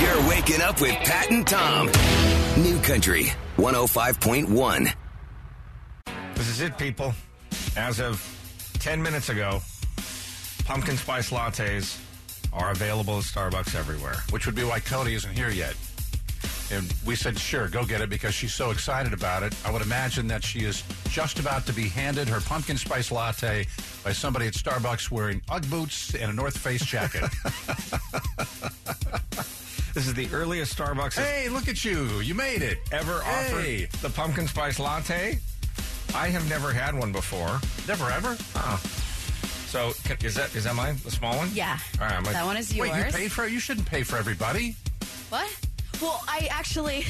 You're waking up with Pat and Tom. New Country 105.1. This is it, people. As of 10 minutes ago, pumpkin spice lattes are available at Starbucks everywhere. which would be why Cody isn't here yet. And we said, sure, go get it because she's so excited about it. I would imagine that she is just about to be handed her pumpkin spice latte by somebody at Starbucks wearing Ugg boots and a North Face jacket. This is the earliest Starbucks has hey, look at you. You made it. ever Hey. offered the pumpkin spice latte. I have never had one before. Never ever? So can, is that is that mine? The small one? Yeah. All right, I'm gonna- that one is yours. Wait, you paid for it? You shouldn't pay for everybody. what? Well, I actually,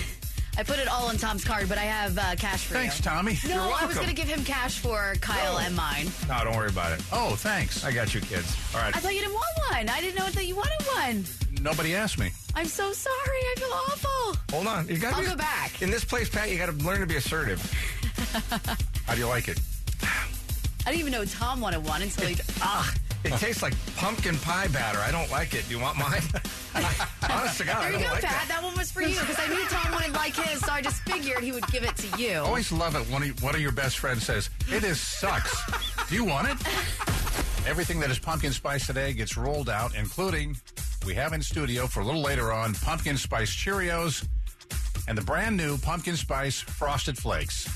I put it all on Tom's card, but I have uh, cash for Thanks, you. Tommy. No, You're I welcome. was going to give him cash for Kyle and mine. No, don't worry about it. Oh, thanks. I got you, kids. All right. I thought you didn't want one. I didn't know that you wanted one. Nobody asked me. I'm so sorry. I feel awful. Hold on. You gotta I'll be- go back. In this place, Pat, you got to learn to be assertive. How do you like it? I didn't even know Tom wanted one until he. Ah, it tastes like pumpkin pie batter. I don't like it. Do you want mine? Honest to God, I There you don't go, like Pat. that. That. one was for you because I knew Tom wouldn't like his, so I just figured he would give it to you. Always love it when one of your best friends says, "It is sucks." Do you want it? Everything that is pumpkin spice today gets rolled out, including we have in studio for a little later on pumpkin spice Cheerios and the brand new pumpkin spice frosted flakes.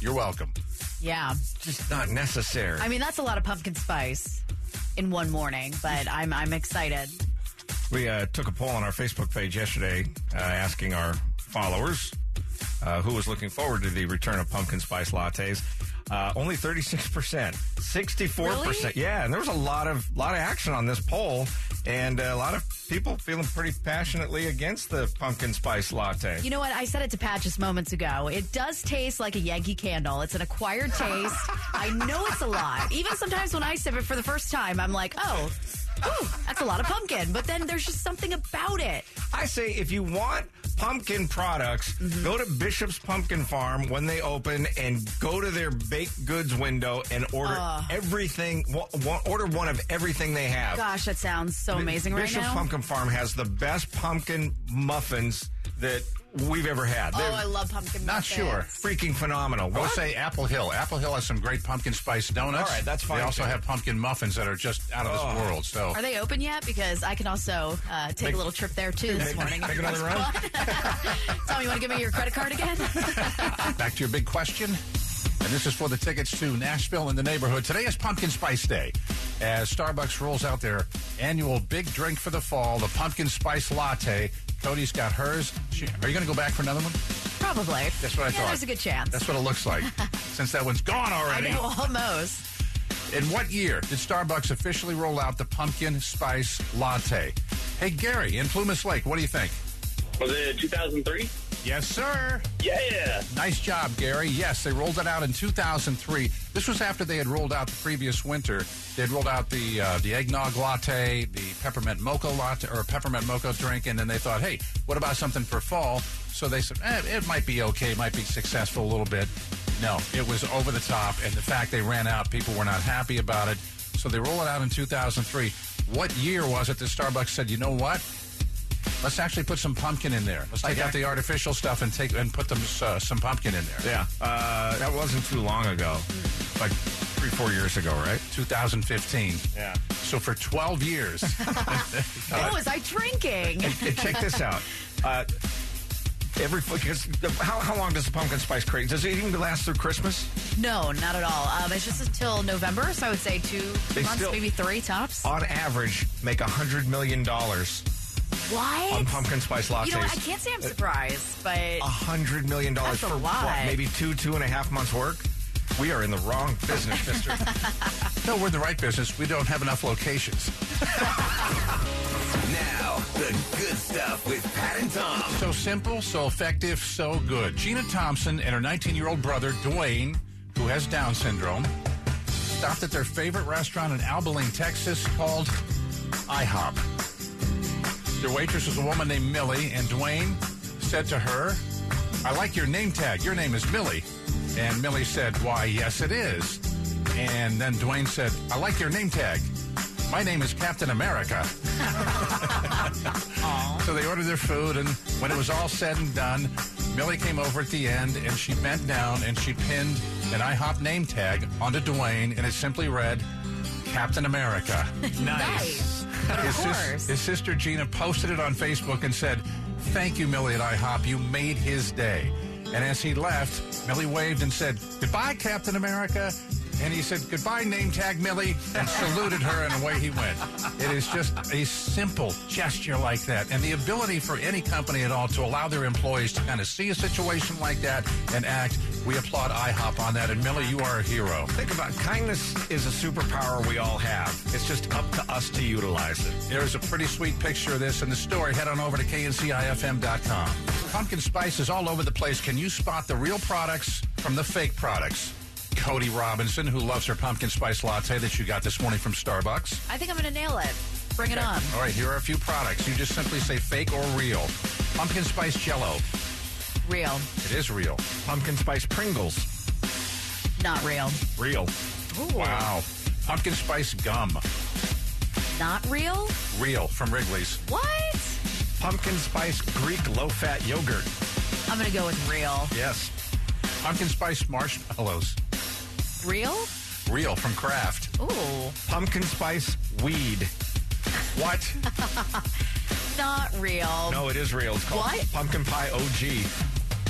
You're welcome. Yeah. Just not necessary. I mean, that's a lot of pumpkin spice in one morning, but I'm I'm excited. We uh, took a poll on our Facebook page yesterday uh, asking our followers uh, who was looking forward to the return of pumpkin spice lattes. Uh, only 36%. 64%. Really? Yeah, and there was a lot of lot of action on this poll and uh, a lot of people feeling pretty passionately against the pumpkin spice latte. You know what? I said it to Pat just moments ago. It does taste like a Yankee candle. It's an acquired taste. I know it's a lot. Even sometimes when I sip it for the first time, I'm like, oh, ooh, that's a lot of pumpkin. But then there's just something about it. I say if you want pumpkin products, Mm-hmm. go to Bishop's Pumpkin Farm when they open and go to their baked goods window and order everything. wa- wa- order one of everything they have. Gosh, that sounds so amazing right Bishop's now. Pumpkin Farm has the best pumpkin muffins that we've ever had. oh, They're I love pumpkin. Not muffins. sure. freaking phenomenal. I What? would say Apple Hill. Apple Hill has some great pumpkin spice donuts. All right, that's fine, Oh. They also too. have pumpkin muffins that are just out of this world. So Are they open yet? Because I can also uh, take a little trip there too this morning. Take another round. Tom, you want to give me your credit card again? Back to your big question. And this is for the tickets to Nashville in the neighborhood. Today is Pumpkin Spice Day. As Starbucks rolls out their annual big drink for the fall, the pumpkin spice latte. Cody's got hers. She, are you going to go back for another one? Probably. That's what I yeah, thought. There's a good chance. That's what it looks like. Since that one's gone I already. know almost. In what year did Starbucks officially roll out the pumpkin spice latte? Hey, Gary in Plumas Lake, what do you think? Was it 2003? Yes, sir. Yeah. Nice job, Gary. Yes, they rolled it out in 2003. This was after they had rolled out the previous winter. They had rolled out the uh, the eggnog latte, the peppermint mocha latte, or peppermint mocha drink, and then they thought, hey, what about something for fall? So they said, eh, it might be okay, might be successful a little bit. No, it was over the top, and the fact they ran out, people were not happy about it. So they roll it out in 2003. What year was it that Starbucks said, you know what? Let's actually put some pumpkin in there. Let's take out the artificial stuff and take and put them uh, some pumpkin in there. Yeah, uh, that wasn't too long ago, Mm. like three, four years ago, right? 2015. Yeah. So for 12 years, What was Oh, I drinking? Yeah, check this out. Uh, every because the- how, how long does the pumpkin spice craze? Does it even last through Christmas? No, not at all. Um, it's just until November, so I would say two They months, still- maybe three tops. On average, make a hundred million dollars what? on pumpkin spice lattes. you know, what? I can't say I'm surprised, but a hundred million dollars That's a for what? lot. Maybe two, two and a half months work. We are in the wrong business, Mister. no, we're in the right business. We don't have enough locations. Now, the good stuff with Pat and Tom. So simple, so effective, so good. Gina Thompson and her 19 year old brother, Dwayne, who has Down syndrome, stopped at their favorite restaurant in Abilene, Texas called IHOP. Their waitress was a woman named Millie, and Dwayne said to her, I like your name tag. Your name is Millie. And Millie said, Why, yes, it is. And then Dwayne said, I like your name tag. My name is Captain America. So they ordered their food, and when it was all said and done, Millie came over at the end and she bent down and she pinned an IHOP name tag onto Dwayne, and it simply read Captain America. Nice. his, Of course. his sister Gina posted it on Facebook and said, Thank you, Millie at IHOP. You made his day. And as he left, Millie waved and said, Goodbye, Captain America. And he said, Goodbye, name tag Millie, and saluted her, and away he went. It is just a simple gesture like that. And the ability for any company at all to allow their employees to kind of see a situation like that and act. We applaud IHOP on that. And Millie, you are a hero. Think about it. kindness is a superpower we all have. It's just up to us to utilize it. There's a pretty sweet picture of this in the story. Head on over to kncifm.com. Pumpkin spice is all over the place. Can you spot the real products from the fake products? Cody Robinson, who loves her pumpkin spice latte that you got this morning from Starbucks. I think I'm going to nail it. Bring it on. All right, here are a few products. You just simply say fake or real. Pumpkin spice jello. Real. It is real. Pumpkin spice Pringles. Not real. Real. Wow. Pumpkin spice gum. Not real? Real from Wrigley's. What? Pumpkin spice Greek low fat yogurt. I'm going to go with real. Yes. Pumpkin spice marshmallows. Real? Real from Kraft. Ooh. Pumpkin spice weed. What? Not real. No, it is real. It's called What? pumpkin pie OG.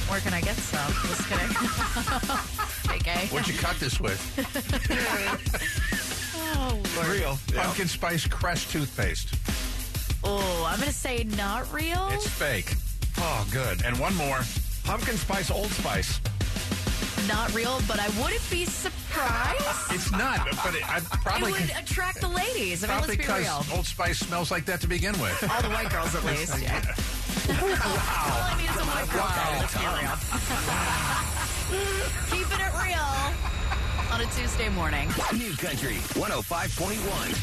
Where can I get some? Just kidding. okay. What'd you cut this with? Oh, Lord. Real. Pumpkin spice crest toothpaste. Oh, I'm going to say not real. It's fake. Oh, good. And one more. Pumpkin spice Old Spice. not real, but I wouldn't be surprised. It's not, but it, I it probably would attract the ladies. I mean, probably let's be because real. Old Spice smells like that to begin with. All the white girls, at least. Yeah. Well, I mean, it's a white girl. Let's be real. Keeping it real on a Tuesday morning. New Country 105.1. Pat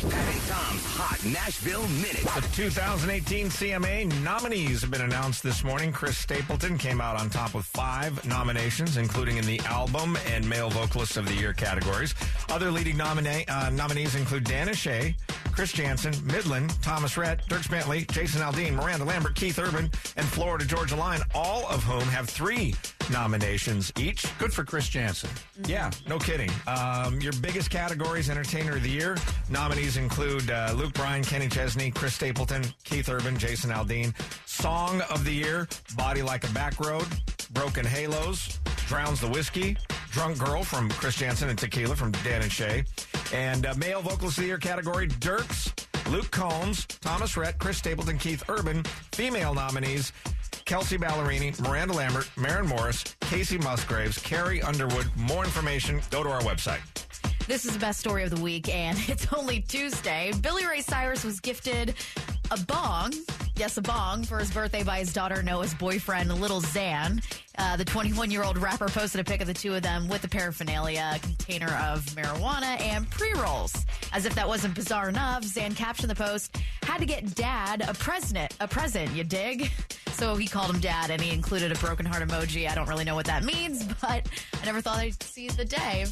and Tom's Hot Nashville Minute. The 2018 CMA nominees have been announced this morning. Chris Stapleton came out on top with five nominations, including in the album and male vocalist of the year categories. Other leading nomina- uh, nominees include Dana Shea, Chris Jansen, Midland, Thomas Rhett, Dirk Bentley, Jason Aldean, Miranda Lambert, Keith Urban, and Florida Georgia Line, all of whom have three nominations each. Good for Chris Jansen. Yeah, no kidding. Um, your biggest categories, Entertainer of the Year. Nominees include uh, Luke Bryan, Kenny Chesney, Chris Stapleton, Keith Urban, Jason Aldean. Song of the Year, Body Like a Back Road, Broken Halos, Drowns the Whiskey, Drunk Girl from Chris Jansen and Tequila from Dan and Shay. And uh, Male Vocalist of the Year category, Dirks, Luke Combs, Thomas Rhett, Chris Stapleton, Keith Urban. Female nominees, Kelsey Ballerini, Miranda Lambert, Maren Morris, Casey Musgraves, Carrie Underwood. More information, go to our website. This is the best story of the week, and it's only Tuesday. Billy Ray Cyrus was gifted a bong, yes, a bong, for his birthday by his daughter Noah's boyfriend, Little Zan. Uh, the 21 year old rapper posted a pic of the two of them with the paraphernalia, a container of marijuana, and pre rolls. As if that wasn't bizarre enough, Zan captioned the post, had to get dad a present, a present, you dig? So he called him dad and he included a broken heart emoji. I don't really know what that means, but I never thought I'd see the day.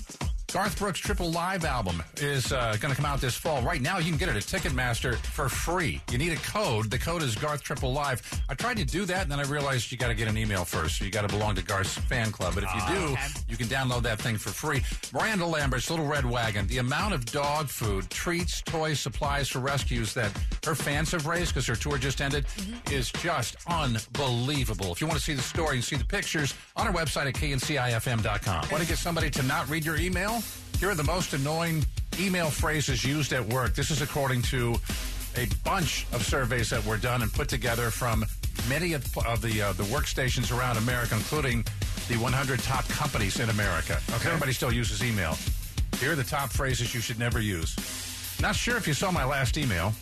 Garth Brooks' triple live album is uh, going to come out this fall. Right now, you can get it at Ticketmaster for free. You need a code. The code is Garth Triple Live. I tried to do that, and then I realized you got to get an email first. So you got to belong to Garth's fan club. But if you do, you can download that thing for free. Miranda Lambert's Little Red Wagon. The amount of dog food, treats, toys, supplies for rescues that her fans have raised because her tour just ended is just unbelievable. If you want to see the story and see the pictures, on our website at kncifm.com. Want to get somebody to not read your email? Here are the most annoying email phrases used at work. This is according to a bunch of surveys that were done and put together from many of, of the uh, the workstations around America, including the 100 top companies in America. Okay. Everybody still uses email. Here are the top phrases you should never use. Not sure if you saw my last email.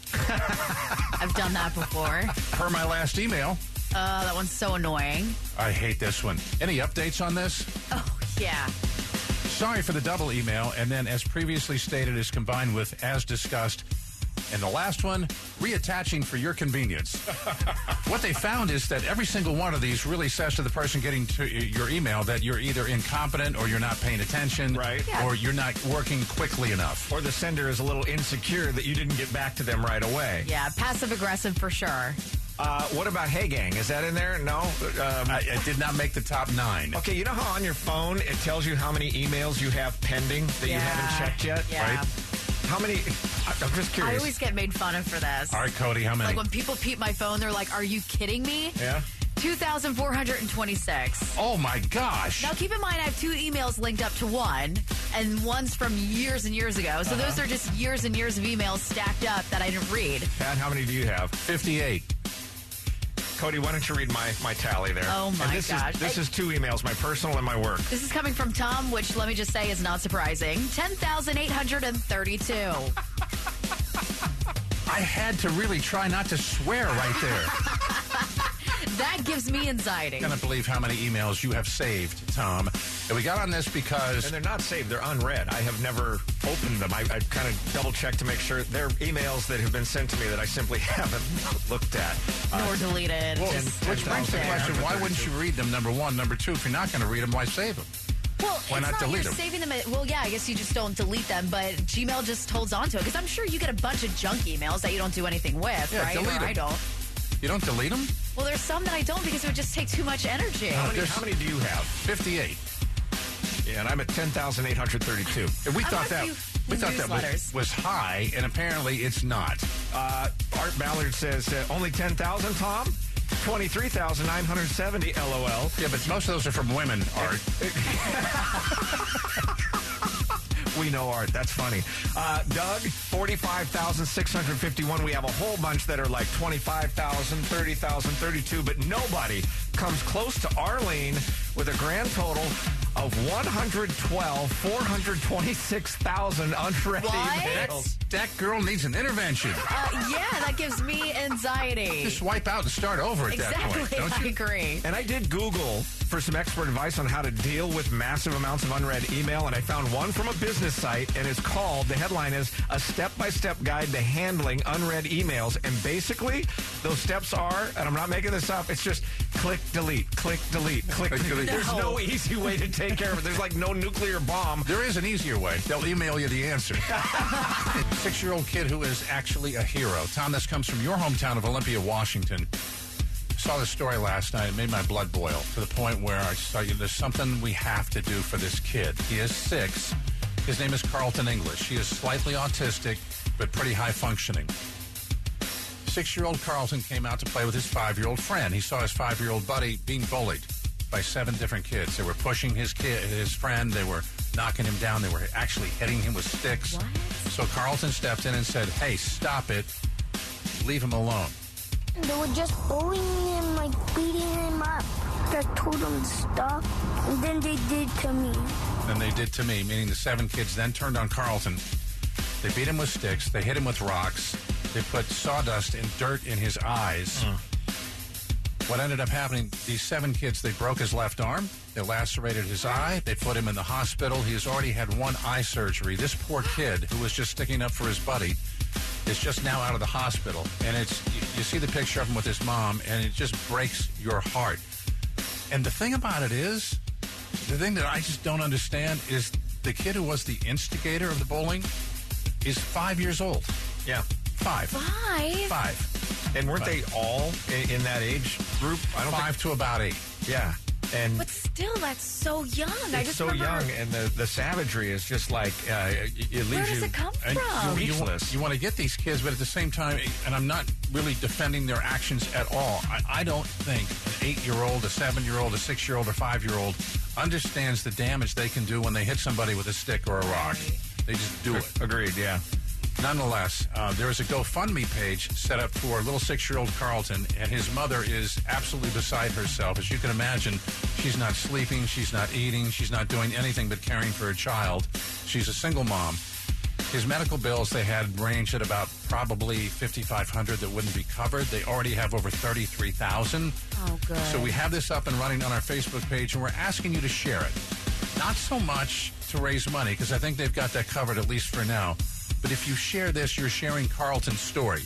I've done that before. Per my last email, Oh, that one's so annoying. I hate this one. Any updates on this? Oh, yeah. Sorry for the double email, and then as previously stated, is combined with as discussed. And the last one, reattaching for your convenience. what they found is that every single one of these really says to the person getting to your email that you're either incompetent or you're not paying attention, Right. Yeah. or you're not working quickly enough. Or the sender is a little insecure that you didn't get back to them right away. Yeah, passive aggressive for sure. Uh, what about Hey Gang? Is that in there? No. Um, I, I did not make the top nine. okay, you know how on your phone it tells you how many emails you have pending that you Yeah. haven't checked yet, Yeah. right? How many? I- I'm just I curious. always get made fun of for this. All right, Cody, how many? Like when people peep my phone, they're like, "Are you kidding me?" yeah. 2,426. oh my gosh! Now, keep in mind, I have two emails linked up to one, and one's from years and years ago. So those are just years and years of emails stacked up that I didn't read. Pat, how many do you have? Fifty-eight. Cody, why don't you read my, my tally there? Oh, my and this gosh. Is, this is two emails, my personal and my work. This is coming from Tom, which let me just say is not surprising. 10,832. I had to really try not to swear right there. that gives me anxiety. I cannot believe how many emails you have saved, Tom. And we got on this because And they're not saved, they're unread. I have never opened them. I, I kind of double checked to make sure they're emails that have been sent to me that I simply haven't looked at. Nor deleted. Well, just which brings the there. question: Why wouldn't you read them? Number one, number two. If you're not going to read them, why save them? Well, Why it's not not delete you're them? saving them. at- Well, yeah, I guess you just don't delete them, but Gmail just holds on to it because I'm sure you get a bunch of junk emails that you don't do anything with, Yeah, right? delete or them. I don't. You don't delete them. Well, there's some that I don't because it would just take too much energy. How many, there's- how many do you have? Fifty-eight. Yeah, and I'm at 10,832. And we I thought wonder if that you- we thought that was, newsletters. was high, and apparently it's not. Uh, Art Ballard says uh, only 10,000, Tom? 23,970, LOL. Yeah, but most of those are from women. Art. We know Art. That's funny. Uh, Doug, 45,651. We have a whole bunch that are like 25,000, 30,000, 32, but nobody comes close to Arlene with a grand total of 112, 426,000 unread What? emails. That girl needs an intervention. Uh, yeah, that gives me anxiety. Just wipe out and start over at that point, exactly. don't I you? agree. And I did Google for some expert advice on how to deal with massive amounts of unread email, and I found one from a business site, and it's called, the headline is A Step by Step Guide to Handling Unread Emails. And basically, those steps are, and I'm not making this up, it's just click, delete, click, delete, click, Click, delete. delete. There's No. no easy way to take care of it. There's like no nuclear bomb. There is an easier way. They'll email you the answer. Six year old kid who is actually a hero. Tom, this comes from your hometown of Olympia, Washington. Saw this story last night. It made my blood boil to the point where I just thought, you know, there's something we have to do for this kid. He is six. His name is Carlton English. He is slightly autistic, but pretty high functioning. Six year old Carlton came out to play with his five year old friend. He saw his five year old buddy being bullied by seven different kids. They were pushing his kid, his friend. They were knocking him down. They were actually hitting him with sticks. What? So Carlton stepped in and said, "Hey, stop it! Leave him alone." They were just bullying him, like beating him up. I told him to stop, and then they did to me. than they did to me, meaning the seven kids then turned on Carlton. They beat him with sticks, they hit him with rocks, they put sawdust and dirt in his eyes. What ended up happening, these seven kids, they broke his left arm, they lacerated his eye, they put him in the hospital. He has already had one eye surgery. This poor kid, who was just sticking up for his buddy, is just now out of the hospital. And it's you, you see the picture of him with his mom, and it just breaks your heart. And the thing about it is, the thing that I just don't understand is the kid who was the instigator of the bowling is five years old. Yeah. Five. Five. Five. And weren't they all i- in that age group? I don't Five to about eight. think. Yeah. And But still, that's so young. I it's just so remember. young, and the, the savagery is just like uh, it, it leaves Where does you. it come And from? you, you, Speechless. you want to get these kids, but at the same time, and I'm not really defending their actions at all. I, I don't think an eight year old, a seven year old, a six year old, or five year old understands the damage they can do when they hit somebody with a stick or a rock. They just do it. Agreed. Yeah. Nonetheless, uh, there is a GoFundMe page set up for little six year old Carlton, and his mother is absolutely beside herself. As you can imagine, she's not sleeping, she's not eating, she's not doing anything but caring for her child. She's a single mom. His medical bills they had ranged at about probably 5500 that wouldn't be covered. They already have over 33,000. Oh, good. So we have this up and running on our Facebook page, and we're asking you to share it. Not so much to raise money, because I think they've got that covered at least for now. But if you share this, you're sharing Carlton's story.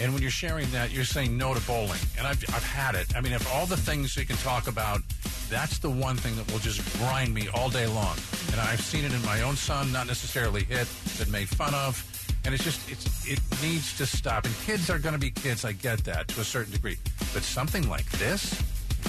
And when you're sharing that, you're saying no to bowling. And I've, I've had it. I mean, of all the things you can talk about, that's the one thing that will just grind me all day long. And I've seen it in my own son, not necessarily hit, but made fun of. And it's just it's it needs to stop. And kids are going to be kids. I get that to a certain degree. But something like this,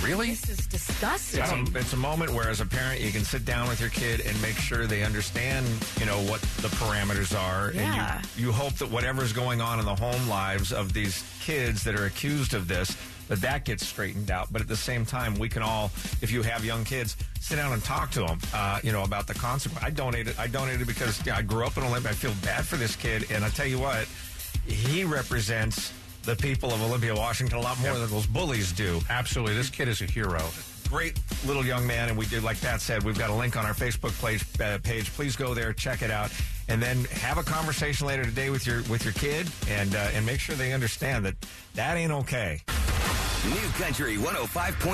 really? This is disgusting. I don't- It's a moment where, as a parent, you can sit down with your kid and make sure they understand, you know, what the parameters are. Yeah. And you, you hope that whatever's going on in the home lives of these kids that are accused of this, that that gets straightened out. But at the same time, we can all, if you have young kids, sit down and talk to them, uh, you know, about the consequence. I donated. I donated because you know, I grew up in Olympia. I feel bad for this kid, and I tell you what, he represents. The people of Olympia, Washington, a lot more than those bullies do Absolutely. This kid is a hero. great little young man and we do like pat said we've got a link on our facebook page, uh, page please go there check it out and then have a conversation later today with your with your kid and uh, and make sure they understand that that ain't okay New Country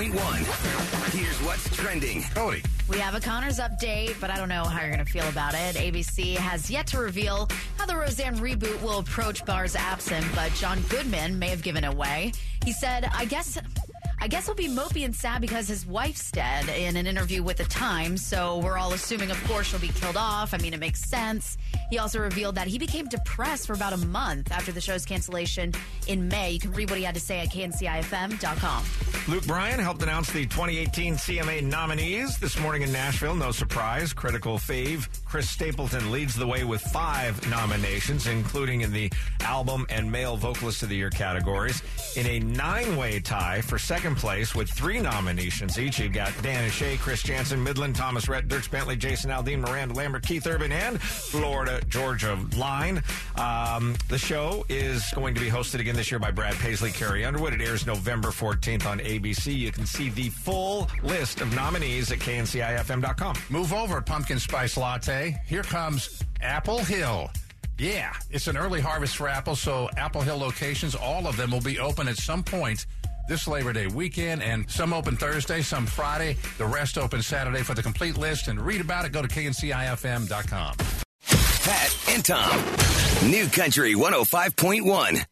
105.1. Here's what's trending. Cody. We have a Connors update, but I don't know how you're going to feel about it. ABC has yet to reveal how the Roseanne reboot will approach Barr's absent, but John Goodman may have given it away. He said, I guess. I guess we'll be mopey and sad because his wife's dead in an interview with The Times, so we're all assuming, of course, she'll be killed off. I mean, it makes sense. He also revealed that he became depressed for about a month after the show's cancellation in May. You can read what he had to say at kncifm.com. Luke Bryan helped announce the 2018 CMA nominees this morning in Nashville. No surprise, critical fave Chris Stapleton leads the way with five nominations, including in the album and male vocalist of the year categories. In a nine-way tie for second place with three nominations each, you've got Uh, Dan Shea, Chris Jansen, Midland, Thomas Rhett, Dirks Bentley, Jason Aldean, Miranda Lambert, Keith Urban, and Florida Georgia Line. Um, the show is going to be hosted again this year by Brad Paisley, Carrie Underwood. It airs November 14th on ABC. You can see the full list of nominees at kncifm.com. Move over, pumpkin spice latte. Here comes Apple Hill. Yeah, it's an early harvest for apples, so Apple Hill locations, all of them will be open at some point this Labor Day weekend, and some open Thursday, some Friday, the rest open Saturday. For the complete list and read about it, go to kncifm.com. oh Pat and Tom. New Country 105.1.